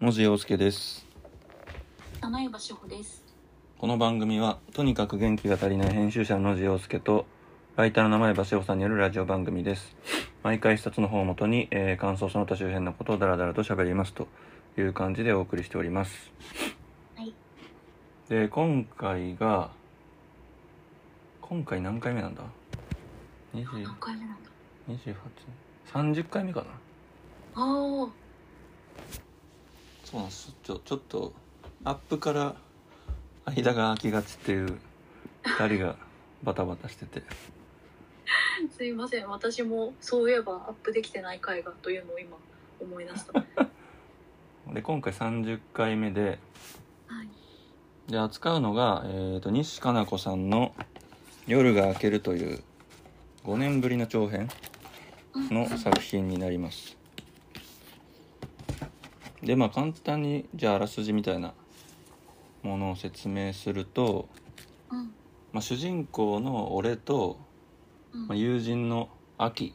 野次陽介です七岩志保です。この番組はとにかく元気が足りない編集者の野次陽介とライターの名前橋尾さんによるラジオ番組です毎回一冊の本をもとに、えー感想その他周辺のことをダラダラと喋りますという感じでお送りしておりますはいで今回が今回何回目なんだ20何回目なんだ。 28 30回目かなあそうなんですちょちょっとアップから間が空きがちっていう2人がバタバタしててあ、すいません。私もそういえばアップできてない回がというのを今思い出した。はで今回30回目でい。で扱うのが、えー、と西加奈子さんの「夜が明ける」という5年ぶりの長編の作品になりますでまあ簡単にじゃああらすじみたいなものを説明すると、うん。まあ、主人公の俺とうん。まあ、友人の秋っ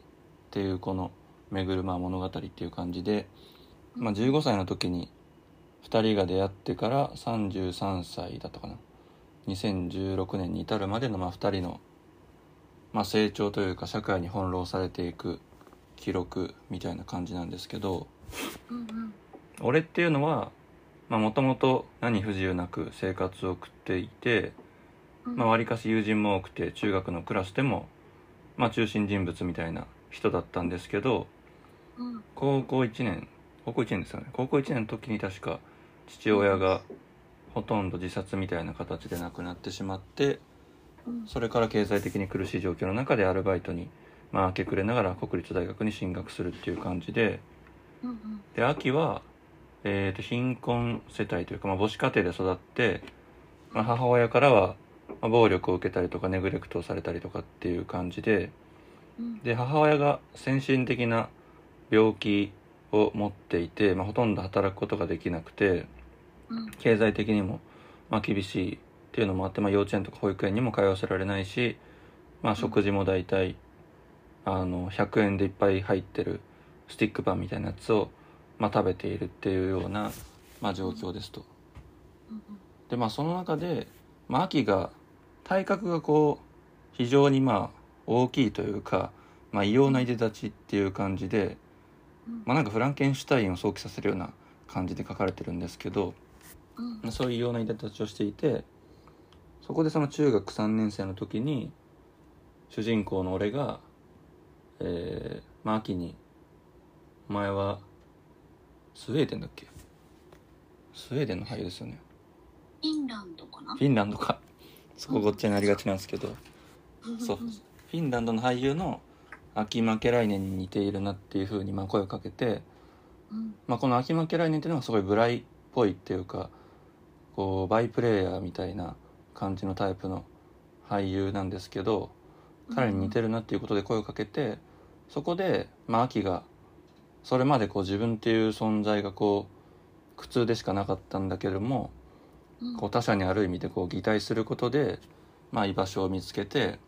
ていうこの巡るまあ物語っていう感じで、まあ、15歳の時に2人が出会ってから33歳だったかな2016年に至るまでのまあ2人の、まあ、成長というか社会に翻弄されていく記録みたいな感じなんですけどうんうん。俺っていうのはもともと何不自由なく生活を送っていてうんまあ、割かし友人も多くて中学のクラスでも、まあ、中心人物みたいな人だったんですけどうん。高校1年高校1年ですよね高校1年の時に確か父親がほとんど自殺みたいな形で亡くなってしまってうん。それから経済的に苦しい状況の中でアルバイトに、まあ、明け暮れながら国立大学に進学するっていう感じでうんうん。で秋は、えー、と貧困世帯というか、まあ、母子家庭で育って、まあ、母親からは、まあ暴力を受けたりとかネグレクトをされたりとかっていう感じでうん。で母親が先進的な病気を持っていて、まあ、ほとんど働くことができなくてうん。経済的にも、まあ、厳しいっていうのもあって、まあ、幼稚園とか保育園にも通わせられないし、まあ、食事も大体、あの100円でいっぱい入ってるスティックパンみたいなやつを、まあ、食べているっていうような、まあ、状況ですと。うんでまあその中で、まあ、秋が体格がこう非常にまあ大きいというか、まあ、異様ないでたちっていう感じで、うん。まあ、なんかフランケンシュタインを想起させるような感じで書かれてるんですけどうん。そういう異様ないでたちをしていてそこでその中学3年生の時に主人公の俺が、えーまあ、秋に「お前はスウェーデンだっけスウェーデンの俳優ですよね。フィンランドかなフ。ィンランドかそこごっちゃになりがちなんですけどそうフィンランドの俳優の秋負け来年に似ているなっていうふうにまあ声をかけて、うん。まあ、この秋負け来年っていうのはすごいブライっぽいっていうかこうバイプレーヤーみたいな感じのタイプの俳優なんですけど彼に似てる。るなっていうことで声をかけてそこで、まあ、秋がそれまでこう自分っていう存在がこう苦痛でしかなかったんだけれども、うん。こう他者にある意味でこう擬態することで、まあ、居場所を見つけて、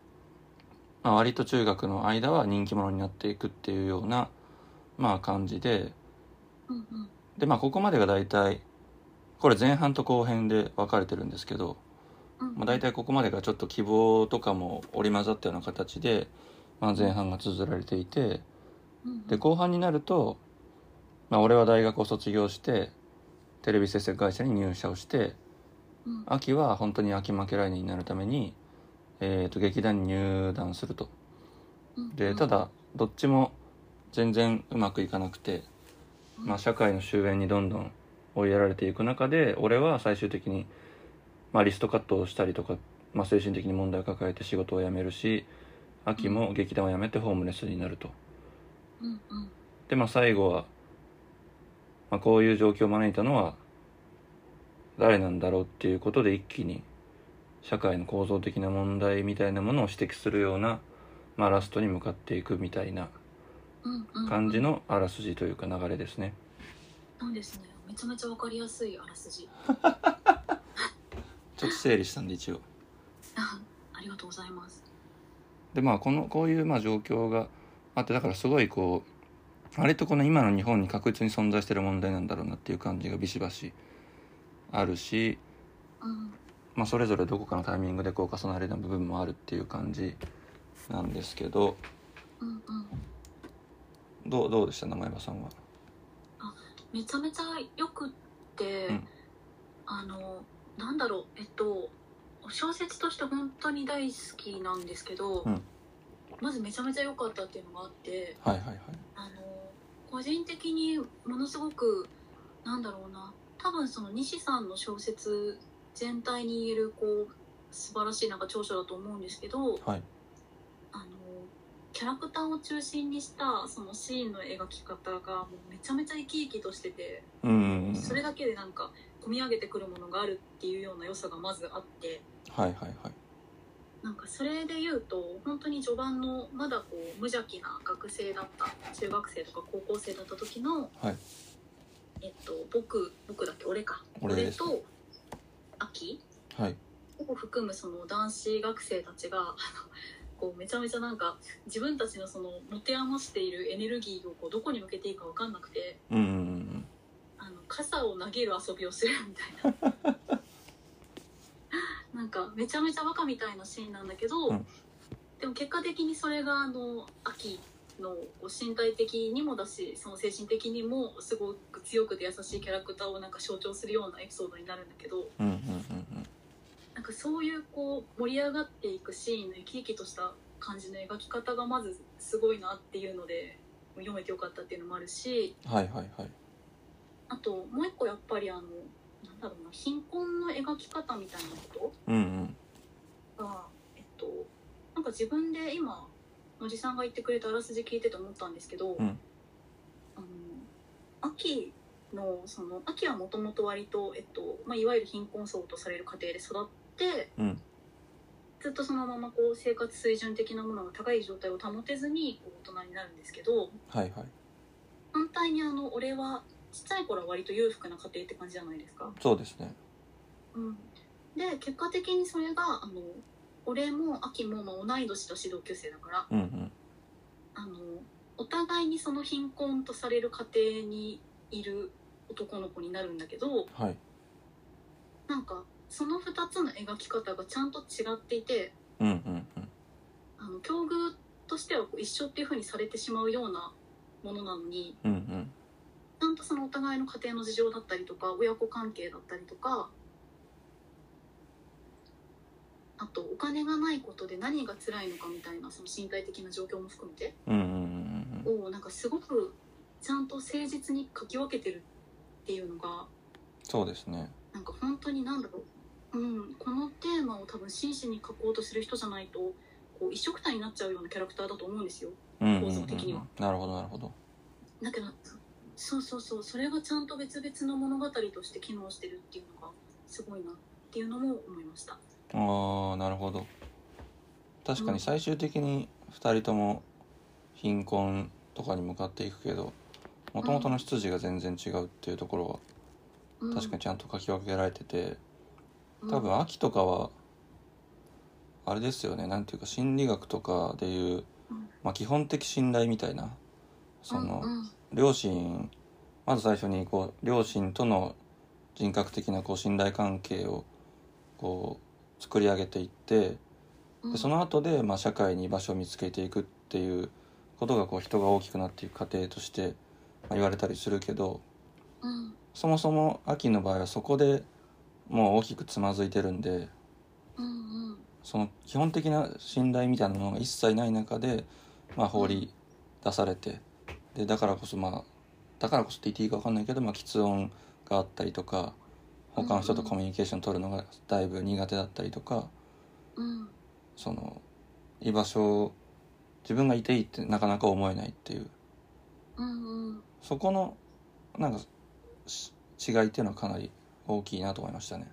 まあ、割と中学の間は人気者になっていくっていうような、まあ、感じでうんうん。で、まあ、ここまでが大体これ前半と後編で分かれてるんですけど、うん。まあ、大。体ここまでがちょっと希望とかも織り交ざったような形で、まあ、前半が綴られていてうん。で後半になると、まあ、俺は大学を卒業してテレビ制作会社に入社をして。うん。秋は本当に秋負け来年になるために、えー、と劇団に入団するとうんでた。だどっちも全然うまくいかなくて、まあ、社会の終焉にどんどん追いやられていく中で俺は最終的に、まあ、リストカットをしたりとか、まあ、精神的に問題を抱えて仕事を辞めるし秋も劇団を辞めてホームレスになるとうんうん。でまあ最後は、まあ、こういう状況を招いたのは誰なんだろうっていうことで一気に社会の構造的な問題みたいなものを指摘するような、まあ、ラストに向かっていくみたいなうんうん。感じ。のあらすじというか流れですね。なんですね。めちゃめちゃわかりやすいあらすじ。ちょっと整理したんで一応。あありがとうございます。でまあこのこういうまあ状況があってだからすごいこうあれとこの今の日本に確実に存在してる問題なんだろうなっていう感じがビシバシあるし、うんまあ、それぞれどこかのタイミングでこう重なるような部分もあるっていう感じなんですけどうんうんどうどうでした名前場さんは。めちゃめちゃよくって、うんあのなんだろうえっと小説として本当に大好きなんですけど、うんまずめちゃめちゃ良かったっていうのがあってはいはいはい。あの個人的にものすごくなんだろうな多分その西さんの小説全体に言えるこう素晴らしいなんか長所だと思うんですけどはい。あのキャラクターを中心にしたそのシーンの描き方がもうめちゃめちゃ生き生きとしてて。うんうんうん。それだけでなんか込み上げてくるものがあるっていうような良さがまずあってはいはいはい。なんかそれで言うと本当に序盤のまだこう無邪気な学生だった中学生とか高校生だった時の、はいえっと、僕僕だっけ俺か俺ですと秋はい。を含むその男子学生たちがあ のこうめちゃめちゃなんか自分たちのその持て余しているエネルギーをこうどこに向けていいか分かんなくてうんうんうんあの傘を投げる遊びをするみたい ななんかめちゃめちゃバカみたいなシーンなんだけど、うんでも結果的にそれがあの秋のこう身体的にもだしその精神的にもすごく強くて優しいキャラクターをなんか象徴するようなエピソードになるんだけどうんうんうんうんなんかそういうこう盛り上がっていくシーンの生き生きとした感じの描き方がまずすごいなっていうので読めてよかったっていうのもあるしうん。はいはいはい。あともう一個やっぱりあのなんだろうな貧困の描き方みたいなこうんうん。とがえっとなんか自分で今野地さんが言ってくれたあらすじ聞いてて思ったんですけど、んあの秋のその秋はもともと割と、えっとまあ、いわゆる貧困層とされる家庭で育って、うんずっとそのままこう生活水準的なものが高い状態を保てずにこう大人になるんですけはいどはい。反対にあの俺はちっちゃい頃は割と裕福な家庭って感じじゃないですか。そうですね。うんで結果的にそれがあの俺も秋もまあ同い年だし同級生だからうんうん。あのお互いにその貧困とされる家庭にいる男の子になるんだけどはい。なんかその2つの描き方がちゃんと違っていてうんうんうん。あの境遇としてはこう一緒っていう風にされてしまうようなものなのにうんうん。ちゃんとそのお互いの家庭の事情だったりとか親子関係だったりとかあとお金がないことで何が辛いのかみたいなその身体的な状況も含めてうんうんうんうん。をなんかすごくちゃんと誠実に書き分けてるっていうのがそうですね。なんか本当になんだろう、うん、このテーマを多分真摯に書こうとする人じゃないとこう一緒くたになっちゃうようなキャラクターだと思うんですよ。うんうんうん構造的にはなるほどなるほど。だけどそうそうそうそれがちゃんと別々の物語として機能してるっていうのがすごいなっていうのも思いましたああなるほど確かに最終的に2人とも貧困とかに向かっていくけどもともとの出自が全然違うっていうところうんは確かにちゃんと書き分けられててうん多分秋とかはあれですよねなんていうか心理学とかでいううん、まあ、基本的信頼みたいなそのうん両親まず最初にこう両親との人格的なこう信頼関係をこう作り上げていってうんでその後でまあ社会に居場所を見つけていくっていうことがこう人が大きくなっていく過程としてまあ言われたりするけどうんそもそも秋の場合はそこでもう大きくつまずいてるんでうんうんその基本的な信頼みたいなものが一切ない中で、まあ、放り出されてでだからこそまあだからこそって言っていいか分かんないけど、まあ、喫音があったりとか他の人とコミュニケーション取るのがだいぶ苦手だったりとか。うんその居場所を自分がいていいってなかなか思えないっていううんうんそこのなんかし違いっていうのはかなり大きいなと思いましたね。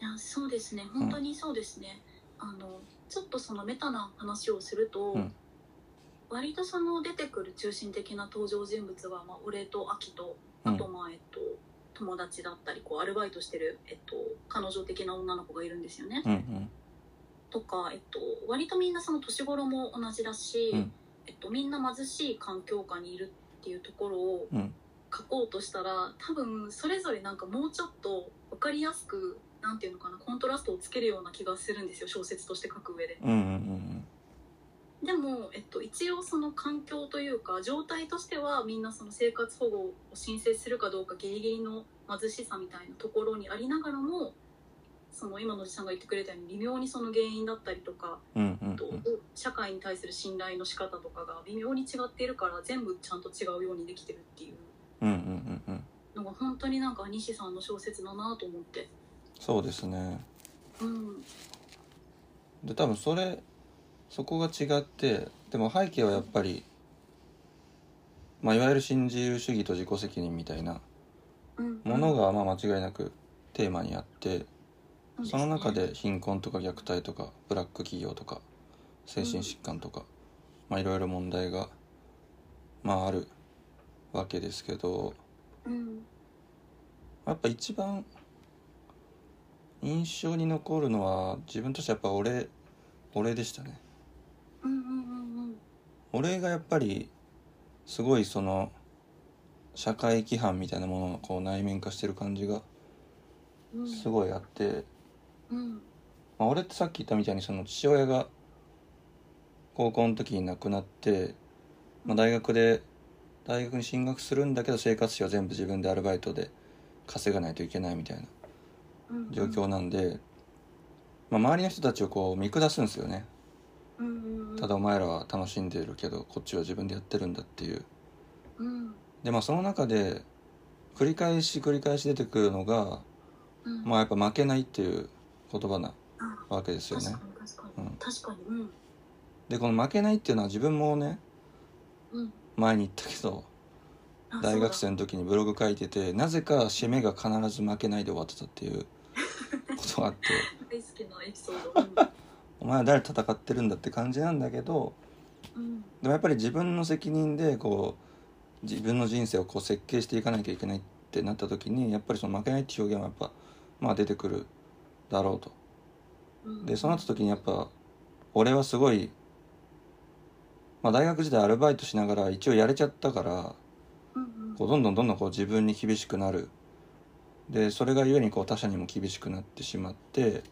いやそうですね本当にそうですね、あのちょっとそのメタな話をすると、うん割とその出てくる中心的な登場人物は、まあ、俺と秋とうあん、とまあえっと友達だったりこうアルバイトしてる、えっと、彼女的な女の子がいるんですよね。うんうんとか、えっと、割とみんなその年頃も同じだし、うんえっと、みんな貧しい環境下にいるっていうところをうん書こうとしたら多分それぞれなんかもうちょっと分かりやすくなんていうのかなコントラストをつけるような気がするんですよ小説として書く上で。うんうんでも、えっと、一応その環境というか状態としてはみんなその生活保護を申請するかどうかギリギリの貧しさみたいなところにありながらもその今のおじさんが言ってくれたように微妙にその原因だったりとかうんうんうんとうん社会に対する信頼の仕方とかが微妙に違っているから全部ちゃんと違うようにできてるっていううんうんうんのが本当になんか西さんの小説だなと思って。そうですねうん、で多分それそこが違ってでも背景はやっぱり、まあ、いわゆる新自由主義と自己責任みたいなうん、ものがまあ間違いなくテーマにあってうんその中、で貧困とか虐待とかブラック企業とか精神疾患とか、まあいろいろ問題がまああるわけですけどうんやっぱ一番印象に残るのは自分としてはやっぱ俺俺でしたねうんうんうん俺がやっぱりすごいその社会規範みたいなものをこう内面化してる感じがうんうんすごいあって、うんまあ、俺ってさっき言ったみたいにその父親が高校の時に亡くなって、まあ、大学で大学に進学するんだけど生活費は全部自分でアルバイトで稼がないといけないみたいなうん状況なんで、まあ、周りの人たちをこう見下すんですよねうんうんただお前らは楽しんでるけどこっちは自分でやってるんだっていううんでまあその中で繰り返し繰り返し出てくるのが、うんまあ、やっぱ負けないっていう言葉なあわけですよ確ねかに確かうに、ん確かにうんでこの負けないっていうのは自分もねうん前に言ったけどあ大学そ生うの時にブログ書いててなぜか締めが必ず負けないで終わってたって いうことがあってだ大好きなエピソードお前は誰と戦ってるんだって感じなんだけどうんうんでもやっぱり自分の責任でこう自分の人生をこう設計していかなきゃいけないってなった時にやっぱりその負けないって表現はやっぱ、まあ、出てくるだろうと。うんでそうなった時にやっぱ俺はすごい、まあ、大学時代アルバイトしながら一応やれちゃったからうんうんこうどんどんどんどんこう自分に厳しくなるでそれがゆえにこう他者にも厳しくなってしまってで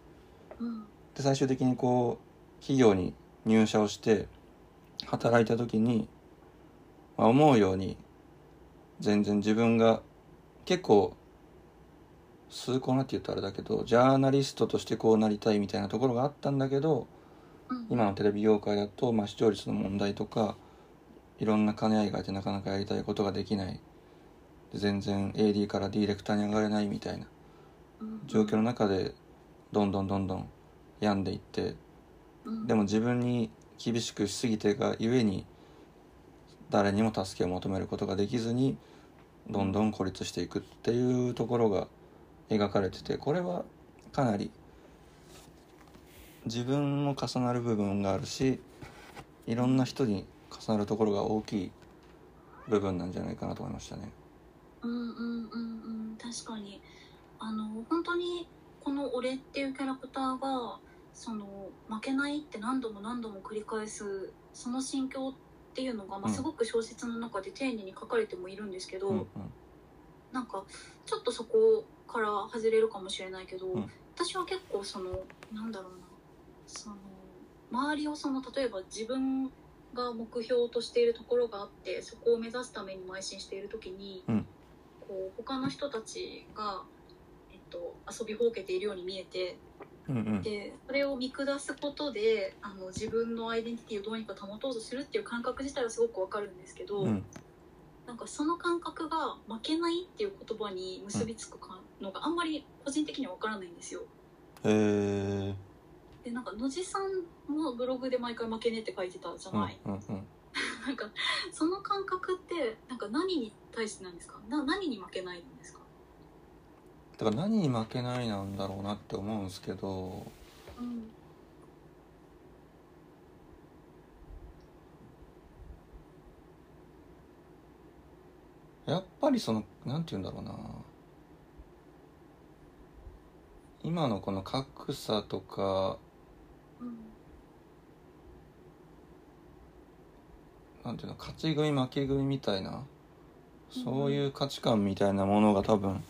うん最終的にこう企業に入社をして働いた時に、まあ、思うように全然自分が結構崇高なって言うとあれだけどジャーナリストとしてこうなりたいみたいなところがあったんだけどうん今のテレビ業界だと、まあ、視聴率の問題とかいろんな兼ね合いがあってなかなかやりたいことができないで全然 AD からディレクターに上がれないみたいな状況の中でどんどんどんどん病んでいってうんでも自分に厳しくしすぎてがゆえに誰にも助けを求めることができずにどんどん孤立していくっていうところが描かれててこれはかなり自分も重なる部分があるしいろんな人に重なるところが大きい部分なんじゃないかなと思いましたね。うんうんうんうん確かにあの本当にこの「俺」っていうキャラクターがその負けないって何度も何度も繰り返すその心境っていうのが、まあ、うんすごく小説の中で丁寧に書かれてもいるんですけど、うんうんなんかちょっとそこから外れるかもしれないけど、うん私は結構そのなんだろうなその周りをその例えば自分が目標としているところがあってそこを目指すために邁進している時に、うんこう他の人たちが、えっと、遊びほうけているように見えてうんうんでそれを見下すことであの自分のアイデンティティをどうにか保とうとするっていう感覚自体はすごくわかるんですけど。うんなんかその感覚が負けないっていう言葉に結びつくかのがあんまり個人的には分からないんですよ。えーでなんか野地さんもブログで毎回負けねえって書いてたじゃうんない。うんうんなんかその感覚ってなんか何に対してなんですか？な何に負けないんですか？だから何に負けないなんだろうなって思うんですけどうんやっぱりそのなんて言うんだろうな今のこの格差とかうんなんていうの勝ち組負け組みたいなそういう価値観みたいなものが多分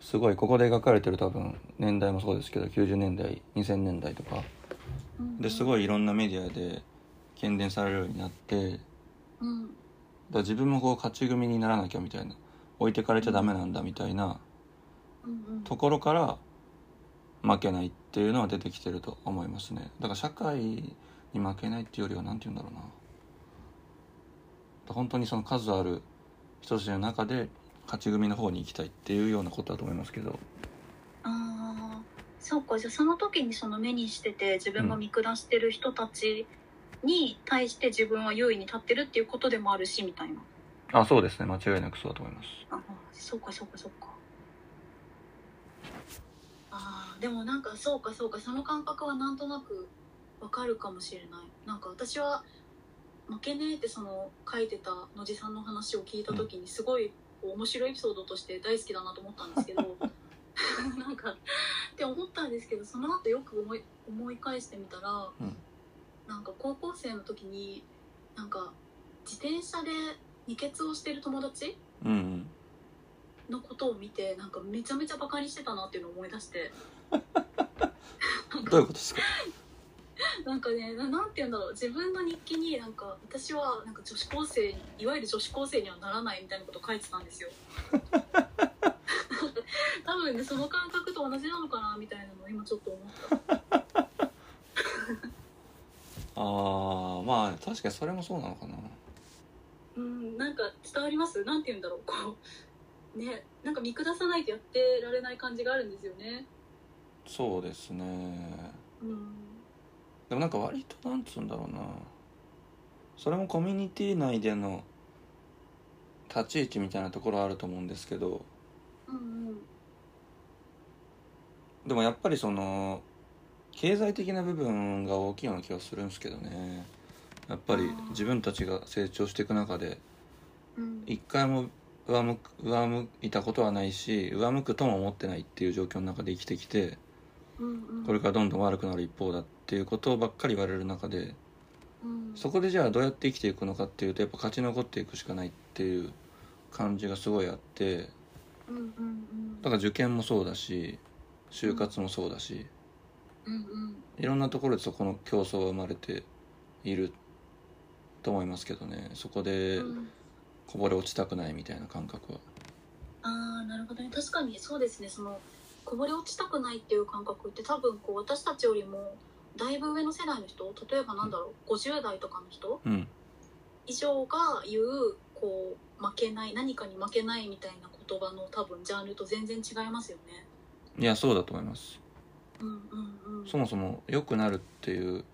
すごいここで描かれてる多分年代もそうですけど90年代2000年代とかですい、ごいいろんなメディアで喧伝されるようになってうんだから自分もこう勝ち組にならなきゃみたいな置いてかれちゃダメなんだみたいなうんうん、ところから負けないっていうのは出てきてると思いますねだから社会に負けないっていうよりは何て言うんだろうな本当にその数ある人たちの中で勝ち組の方に行きたいっていうようなことだと思いますけどああそうかじゃあその時にその目にしてて自分が見下してる人たちに対して自分は優位に立ってるっていうことでもあるしみたいなあそうですね間違いなくそうだと思いますあそうかそうかそうかあーでもなんかそうかそうかその感覚はなんとなくわかるかもしれないなんか私は「負けねえ」ってその書いてた野地さんの話を聞いた時にすごいこう面白いエピソードとして大好きだなと思ったんですけど なんかって思ったんですけどその後よく思い思い返してみたら、うんなんか高校生の時になんか自転車で二血をしてる友達、うんうんのことを見てなんかめちゃめちゃバカにしてたなっていうのを思い出してなんどういうこかとですかなんかねななんて言うんだろう自分の日記になんか私はなんか女子高生いわゆる女子高生にはならないみたいなこと書いてたん ですよ多分ねその感覚と同じなのかなみたいなのを今ちょっと思ったああまあ確かにそれもそうなのかなうんなんか伝わりますなんて言うんだろうこうねなんか見下さないとやってられない感じがあるんですよねそうですねうんでもなんか割となんつうんだろうなそれもコミュニティ内での立ち位置みたいなところあると思うんですけどうんうんでもやっぱりその経済的な部分が大きいような気はするんですけどねやっぱり自分たちが成長していく中でうん一回も上向く上向いたことはないし上向くとも思ってないっていう状況の中で生きてきてうんうんこれからどんどん悪くなる一方だっていうことばっかり言われる中でうんそこでじゃあどうやって生きていくのかっていうとやっぱ勝ち残っていくしかないっていう感じがすごいあってうんうんうんだから受験もそうだし就活もそうだしうんうんいろんなところでそこの競争が生まれていると思いますけどねそこでうんこぼれ落ちたくないみたいな感覚はああなるほどね確かにそうですねそのこぼれ落ちたくないっていう感覚って多分こう私たちよりもだいぶ上の世代の人例えばなんだろう50代とかの人うん以上が言うこう負けない何かに負けないみたいな言葉の多分ジャンルと全然違いますよね。いやそうだと思いますうんうんうん、そもそも良くなるっていう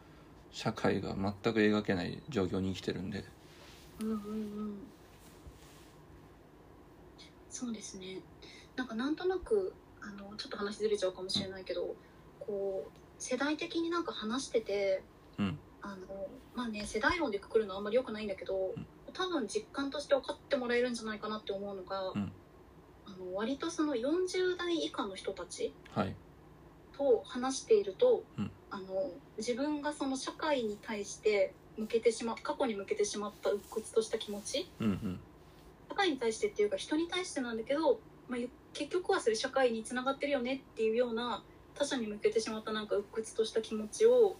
社会が全く描けない状況に生きてるんでうんうんうんそうですねなんかなんとなくあのちょっと話ずれちゃうかもしれないけど、こう世代的になんか話してて、うんあのまあね世代論でくくるのはあんまり良くないんだけど、うん多分実感として分かってもらえるんじゃないかなって思うのが、うんあの割とその40代以下の人たちはいと話していると、うんあの自分がその社会に対して向けてしま過去に向けてしまった鬱屈とした気持ち、うんうん社会に対してっていうか人に対してなんだけど、まあ、ゆ結局はそれ社会につながってるよねっていうような他者に向けてしまったなんか鬱屈とした気持ちを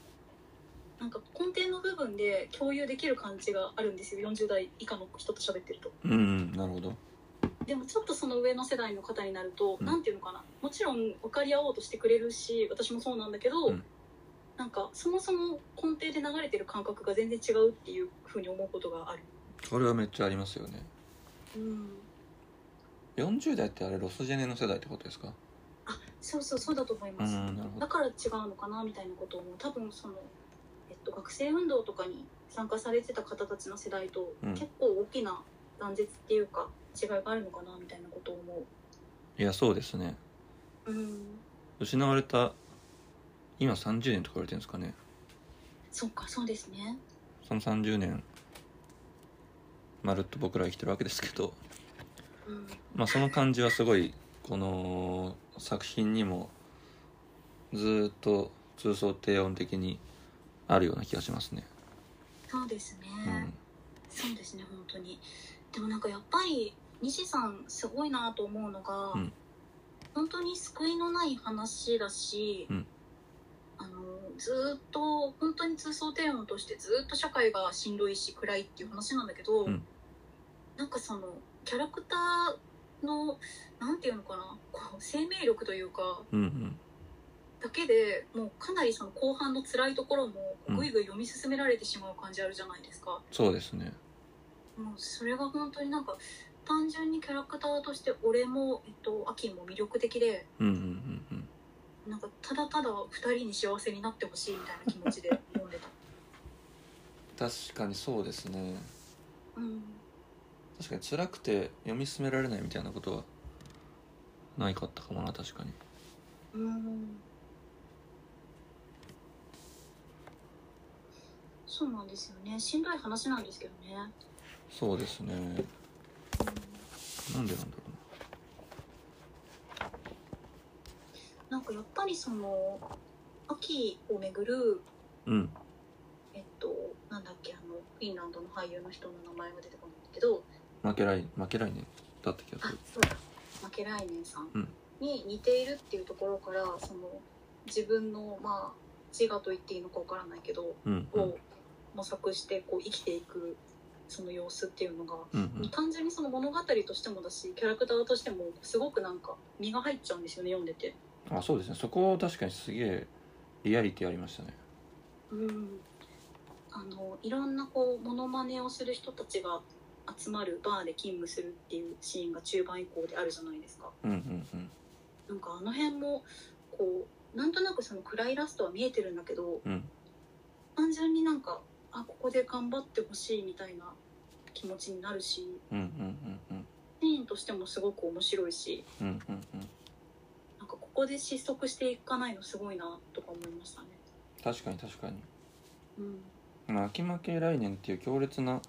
なんか根底の部分で共有できる感じがあるんですよ40代以下の人と喋ってると。うんうんなるほどでもちょっとその上の世代の方になると、うんなんていうのかなもちろん分かり合おうとしてくれるし私もそうなんだけど、うんなんかそもそも根底で流れてる感覚が全然違うっていうふうに思うことがある。これはめっちゃありますよねうん40代ってあれロスジェネの世代ってことですかそうそうそうだと思います、んなるほだから違うのかなみたいなことも多分その、えっと、学生運動とかに参加されてた方たちの世代とうん結構大きな断絶っていうか違いがあるのかなみたいなことを思いやそうですねううん失われた今30年とか言われてるんですかねそっかそうですねその30年まるっと僕ら生きてるわけですけど、うんまあ、その感じはすごいこの作品にもずーっと通奏低音的にあるような気がしますね、そうですね、うん、そうですね本当にでもなんかやっぱり西さんすごいなと思うのが、うん本当に救いのない話だし、うんあのずーっと本当に通想低音としてずーっと社会がしんどいし暗いっていう話なんだけど、うんなんかそのキャラクターのなんていうのかなこう生命力というかうんうんだけでもうかなりその後半の辛いところもうんぐいぐい読み進められてしまう感じあるじゃないですか。そうですねもうそれが本当になんか単純にキャラクターとして俺も、えっと、秋も魅力的でうんうんうんうんなんかただただ2人に幸せになってほしいみたいな気持ちで読んでた、確かにそうですねうん、確かに辛くて読み進められないみたいなことはないかったかもな確かにうんそうなんですよねしんどい話なんですけどね、そうですねなんでなんだろうん、なんかやっぱりその秋をめぐるうなうんえっとなんだっけあのフィンランドの俳優の人の名前が出てこないんだけど負けない負けないねだった気があするそうだ負け来年さんうんに似ているっていうところからその自分のまあ自我と言っていいのかわからないけどうんうんを模索してこう生きていくその様子っていうのがうんうん単純にその物語としてもだしキャラクターとしてもすごくなんか身が入っちゃうんですよね読んでて。あそうですねそこ確かにすげえリアリティありましたねうんあのいろんなこうモノマネをする人たちが集まるバーで勤務するっていうシーンが中盤以降であるじゃないですか。うんうんうんなんかあの辺もこうなんとなくその暗いラストは見えてるんだけどうん単純になんかあここで頑張ってほしいみたいな気持ちになるしうんうんうんシーンとしてもすごく面白いしうんうんうんうんなんかここで失速していかないのすごいなとか思いましたね。確かに確かにうんまあ秋負け来年っていう強烈な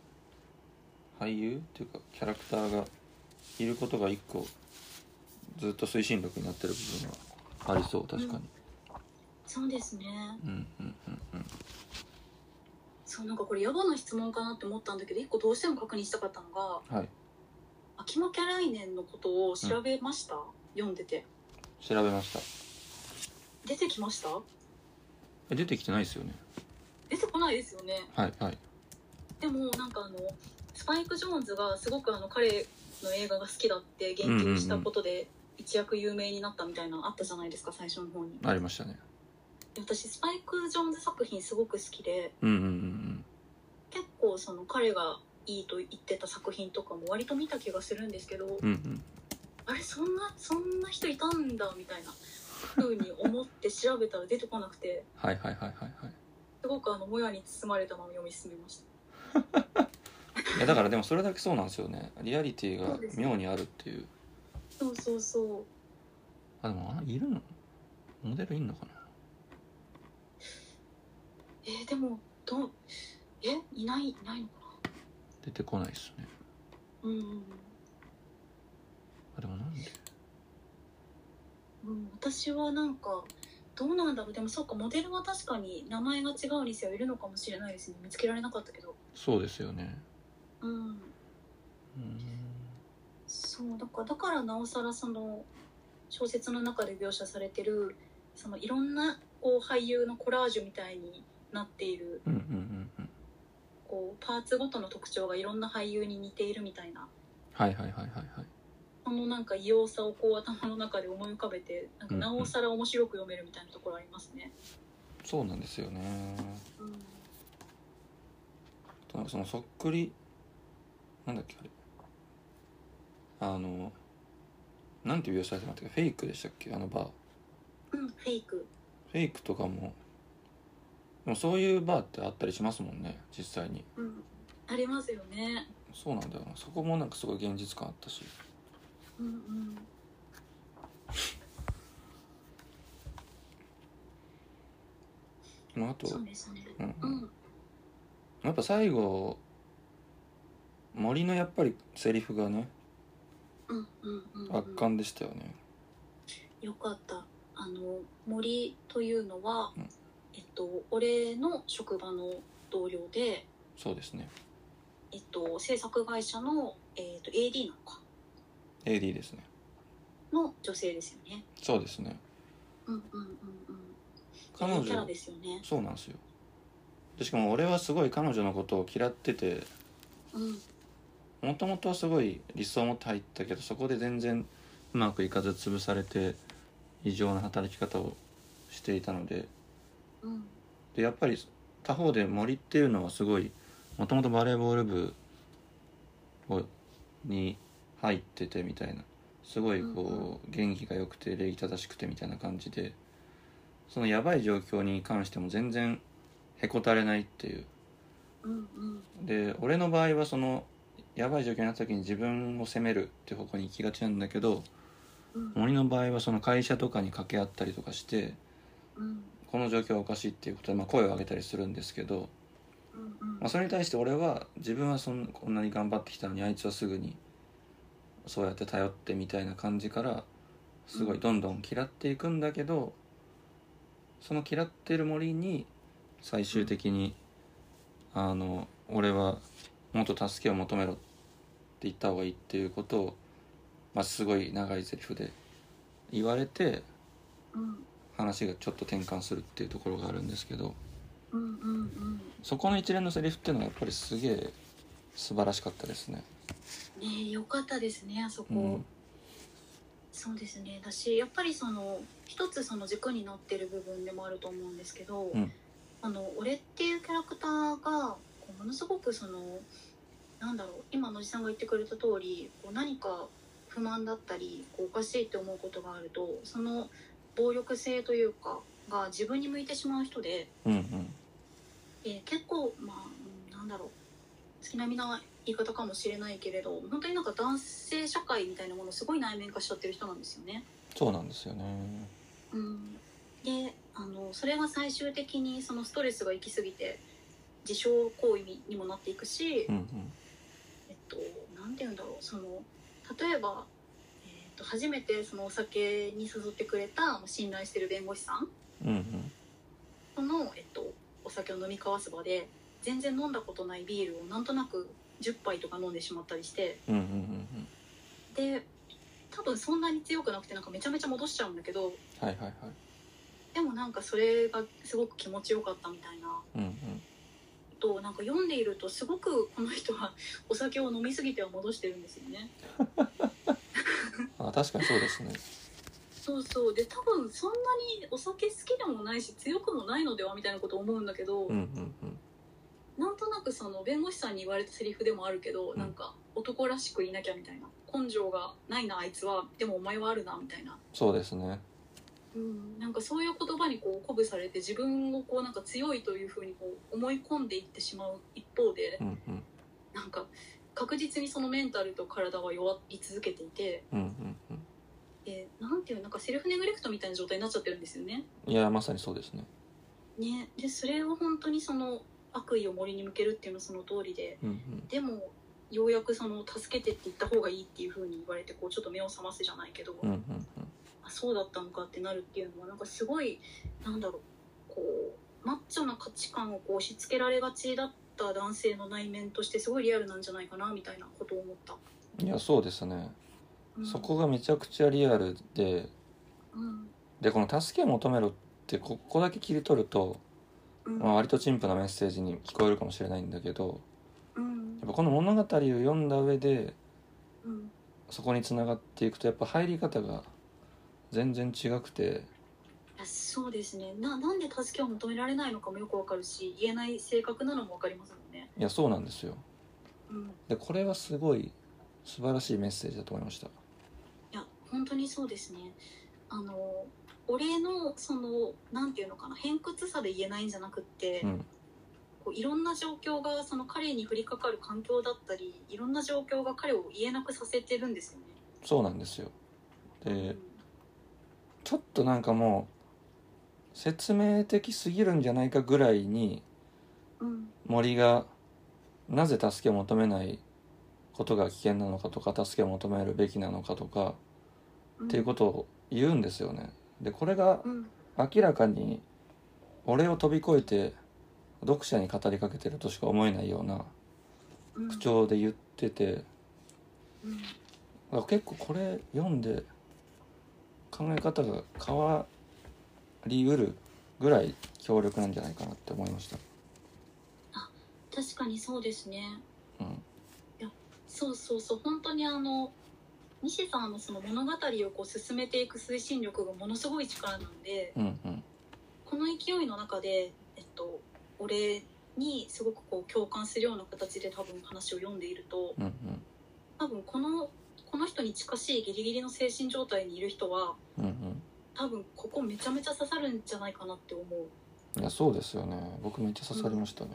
俳優っていうかキャラクターがいることが一個ずっと推進力になってる部分はありそう確かにそうですねうんうんうんうんそうなんかこれ野暮な質問かなって思ったんだけど一個どうしても確認したかったのがはい「秋間キャライネン」のことを調べました、読んでて調べました出てきましたえ出てきてないですよね出てこないですよねはいはいでもなんかあのスパイク・ジョーンズがすごくあの彼の映画が好きだって言及したことで一躍有名になったみたいなのあったじゃないですか最初の方にありましたねで私スパイク・ジョーンズ作品すごく好きでうんうんうん結構その彼がいいと言ってた作品とかも割と見た気がするんですけどうんうんうんあれそんなそんな人いたんだみたいな風に思って調べたら出てこなくてはいはいはいはいはいすごくあのもやに包まれたまま読み進めましたいやだからでもそれだけそうなんですよねリアリティそがうですね妙にあるっていうそうそうそうあでもあいるのモデルいんのかえーでもどうえいないいないのかな出てこないですねなうんうんうんあでもなんでうん、私はなんかどうなんだろうでもそっかモデルは確かに名前が違うにせよいるのかもしれないですね見つけられなかったけどそうですよねうんうそうだからだからなおさらその小説の中で描写されてるそのいろんなこう俳優のコラージュみたいになっているんうんうんうんこうパーツごとの特徴がいろんな俳優に似ているみたいなはいはいはいはいはいそのなんか異様さをこう頭の中で思い浮かべてなんかなおさら面白く読めるみたいなところありますね。そうなんですよねうんなんかそのそっくりなんだっけあれあのなんていう描写されてましたっけフェイクでしたっけあのバーフうん、フェイクェイクとかもでもそういうバーってあったりしますもんね実際にうん、ありますよね。そうなんだよなそこもなんかすごい現実感あったしうんうん。まああとそうですね。うんううんん。やっぱ最後森のやっぱりセリフがねうんうんうん、うん。圧巻でしたよねよかった。あの森というのは、うんえっと俺の職場の同僚で、そうですねえっと制作会社のえっ、と AD なのか AD ですねの女性ですよね。そうですねうんうんうんうん。彼いいキャラ女ですよね。そうなんですよでしかも俺はすごい彼女のことを嫌っててうんもともとはすごい理想を持って入ったけどそこで全然うまくいかず潰されて異常な働き方をしていたのでうんでやっぱり他方で森っていうのはすごいもともとバレーボール部をに入っててみたいなすごいうんこう元気が良くて礼儀正しくてみたいな感じでそのやばい状況に関しても全然へこたれないっていううんうんで俺の場合はそのやばい状況になった時に自分を責めるって方向に行きがちなんだけどうん森の場合はその会社とかに掛け合ったりとかしてうんこの状況はおかしいっていうことで、まあ、声を上げたりするんですけど、うんうんまあ、それに対して俺は自分はそんこんなに頑張ってきたのにあいつはすぐにそうやって頼ってみたいな感じからすごいどんどん嫌っていくんだけどその嫌ってる森に最終的に、あの俺はもっと助けを求めろって言った方がいいっていうことを、まあ、すごい長いセリフで言われてうん話がちょっと転換するっていうところがあるんですけど。うんうんうんそこの一連のセリフっていうのはやっぱりすげえ素晴らしかったですね。ねえよかったですねあそこ、うん、そうですねだしやっぱりその一つその軸になってる部分でもあると思うんですけど、んあの俺っていうキャラクターがこうものすごくそのなんだろう今野地さんが言ってくれた通りこう何か不満だったりこうおかしいって思うことがあるとその暴力性というかが自分に向いてしまう人で、うん、うん、えー結構まあうんなんだろう月並みな言い方かもしれないけれど本当になんか男性社会みたいなものをすごい内面化しちゃってる人なんですよね。そうなんですよね。うん、であのそれが最終的にそのストレスが行き過ぎて自傷行為にもなっていくし、うん、えっと何て言うんだろうその例えば、えっと、初めてそのお酒に誘ってくれたまあ信頼してる弁護士さんうん、うん、との、えっと、お酒を飲み交わす場で全然飲んだことないビールをなんとなく10杯とか飲んでしまったりしてうん、うん、うん、うん、で多分そんなに強くなくてなんかめちゃめちゃ戻しちゃうんだけどはい、はい、はい。でもなんかそれがすごく気持ちよかったみたいな。うん、うん、となんか読んでいるとすごくこの人はお酒を飲みすぎては戻してるんですよね。あ、確かにそうですね。そうそうで多分そんなにお酒好きでもないし強くもないのではみたいなこと思うんだけど、うん、うん、うん、なんとなくその弁護士さんに言われたセリフでもあるけど、んなんか男らしくいなきゃみたいな根性がないなあいつはでもお前はあるなみたいな、そうですね。うん、なんかそういう言葉にこう鼓舞されて自分をこうなんか強いというふうにこう思い込んでいってしまう一方でう、ん、うん、なんか確実にそのメンタルと体は弱り続けていて。うん、うん、うん。えーなんていうなんかセルフネグレクトみたいな状態になっちゃってるんですよね。いや、まさにそうですね。ねでそれを本当にその悪意を森に向けるっていうのはその通りでうん、うん。でもようやくその助けてって言った方がいいっていう風に言われてこうちょっと目を覚ませじゃないけど、うん、うん、うん。あそうだったのかってなるっていうのはなんかすごいなんだろうこうマッチョな価値観をこう押し付けられがちだった男性の内面としてすごいリアルなんじゃないかなみたいなことを思った。いや、そうですね。うんそこがめちゃくちゃリアルで、うんで、この助けを求めろって、ここだけ切り取ると、うんまあ、割と陳腐なメッセージに聞こえるかもしれないんだけど、うんやっぱこの物語を読んだ上でうんそこに繋がっていくとやっぱ入り方が全然違くていやそうですねななんで助けを求められないのかもよくわかるし言えない性格なのもわかりますもんね、いやそうなんですようん、いでこれはすごい素晴らしいメッセージだと思いましたや本当にそうですねあの俺のそのなんていうのかな偏屈さで言えないんじゃなくって、うんこういろんな状況がその彼に降りかかる環境だったりいろんな状況が彼を言えなくさせてるんですよね、そうなんですようでんちょっとなんかもう説明的すぎるんじゃないかぐらいにうん森がなぜ助けを求めないことが危険なのかとか助けを求めるべきなのかとかうん、っていうことを言うんですよねでこれがうん明らかに俺を飛び越えて読者に語りかけてるとしか思えないようなうん口調で言っててうんだから結構これ読んで考え方が変わりうるぐらい強力なんじゃないかなって思いました。確かにそうですねうん、そうそうそう本当にあの西さんのその物語をこう進めていく推進力がものすごい力なんでうん、うん、この勢いの中で、えっと、俺にすごくこう共感するような形で多分話を読んでいるとうん、多分このこの人に近しいギリギリの精神状態にいる人はうん、うん、うん。多分ここめちゃめちゃ刺さるんじゃないかなって思ういや、そうですよね。僕めっちゃ刺さりましたね。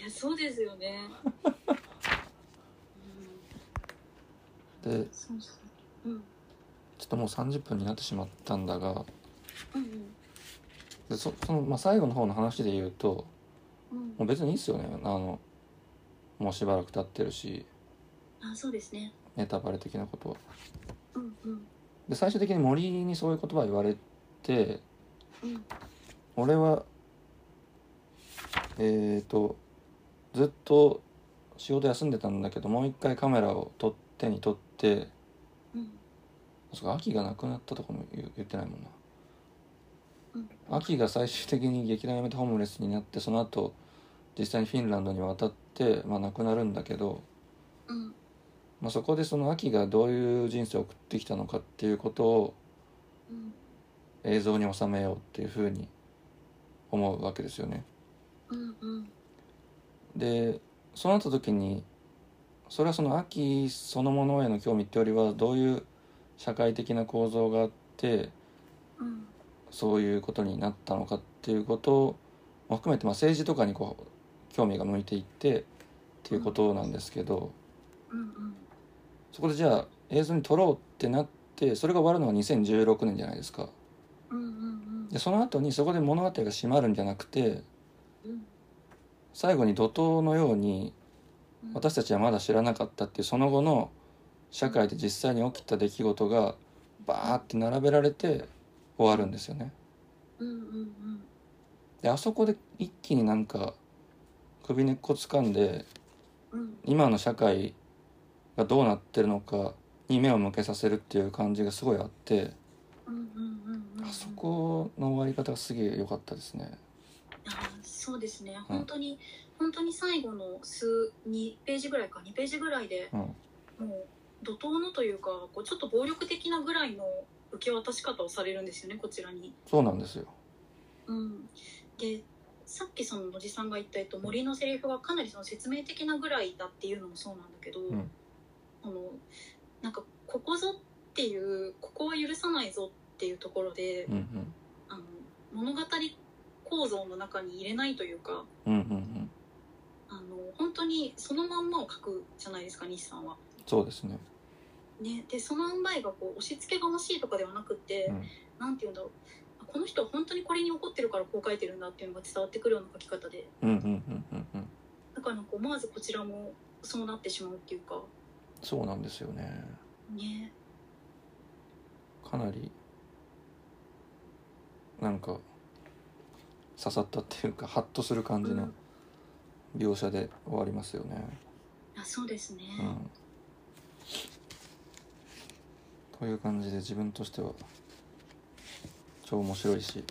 いやそうですよねうんで、 そうそううんちょっともう30分になってしまったんだが、うんでそその、まあ、最後の方の話で言うと、うんうもう別にいいっすよね。あの、もうしばらく経ってるし、んあそうですねネタバレ的なことは。うんうんで、最終的に森にそういう言葉を言われて、うん俺はえっ、とずっと仕事休んでたんだけどもう一回カメラを撮っ手に取ってうんそうか秋がなくなったとかも言う言ってないもんな、うん秋が最終的に劇団辞めてホームレスになってその後実際にフィンランドに渡って、まあ、亡くなるんだけど、うんまあ、そこでその秋がどういう人生を送ってきたのかっていうことをうん映像に収めようっていうふうに思うわけですよね。うんうんでそうなった時にそれはその秋そのものへの興味ってよりはどういう社会的な構造があってうんそういうことになったのかっていうことも含めて、まあ、政治とかにこう興味が向いていってっていうことなんですけどうんそこでじゃあ映像に撮ろうってなってそれが終わるのは2016年じゃないですか。うんうんうんでその後にそこで物語が閉まるんじゃなくてうん最後に怒涛のようにうん私たちはまだ知らなかったっていうその後の社会で実際に起きた出来事がバーって並べられて終わるんですよね。うんうんであそこで一気になんか首根っこ掴んでうんうん今の社会がどうなってるのかに目を向けさせるっていう感じがすごいあってうんうんうんうんあそこの終わり方がすげえ良かったですね。あそうですね本当に本当に最後の数2ページぐらいか2ページぐらいでうん、もう怒涛のというかこうちょっと暴力的なぐらいの受け渡し方をされるんですよねこちらに。そうなんですよ。うん、でさっきその野地さんが言った、えっと、森のセリフがかなりその説明的なぐらいだっていうのもそうなんだけど、んあのなんかここぞっていうここは許さないぞっていうところで、うんうんあの物語構造の中に入れないというかうんうんうんあの本当にそのまんまを書くじゃないですか西さんは。そうですね。ね、でその塩梅がこう押し付けがましいとかではなくて、うんなんて言うんだろうあこの人は本当にこれに怒ってるからこう書いてるんだっていうのが伝わってくるような書き方でうんうんうんうんうんだからなんか思わずこちらもそうなってしまうっていうかそうなんですよね。ねかなりなんか刺さったっていうかハッとする感じうのん描写で終わりますよね。あそうですね、うん、という感じで自分としては超面白いし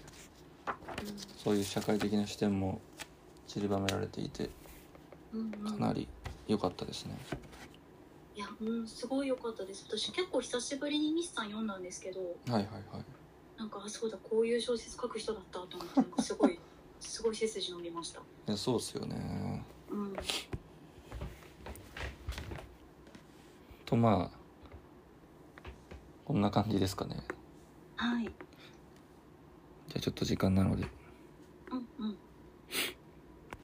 そういう社会的な視点も散りばめられていてうんうんうんかなり良かったですね。いやうんすごい良かったです私結構久しぶりに西さん読んだんですけどはいはいはい。なんかあそうだこういう小説書く人だったと思ってなんかすごいすごい背筋伸びましたいやそうっすよね。 うんとまあこんな感じですかね。はいじゃあちょっと時間なので。うんうん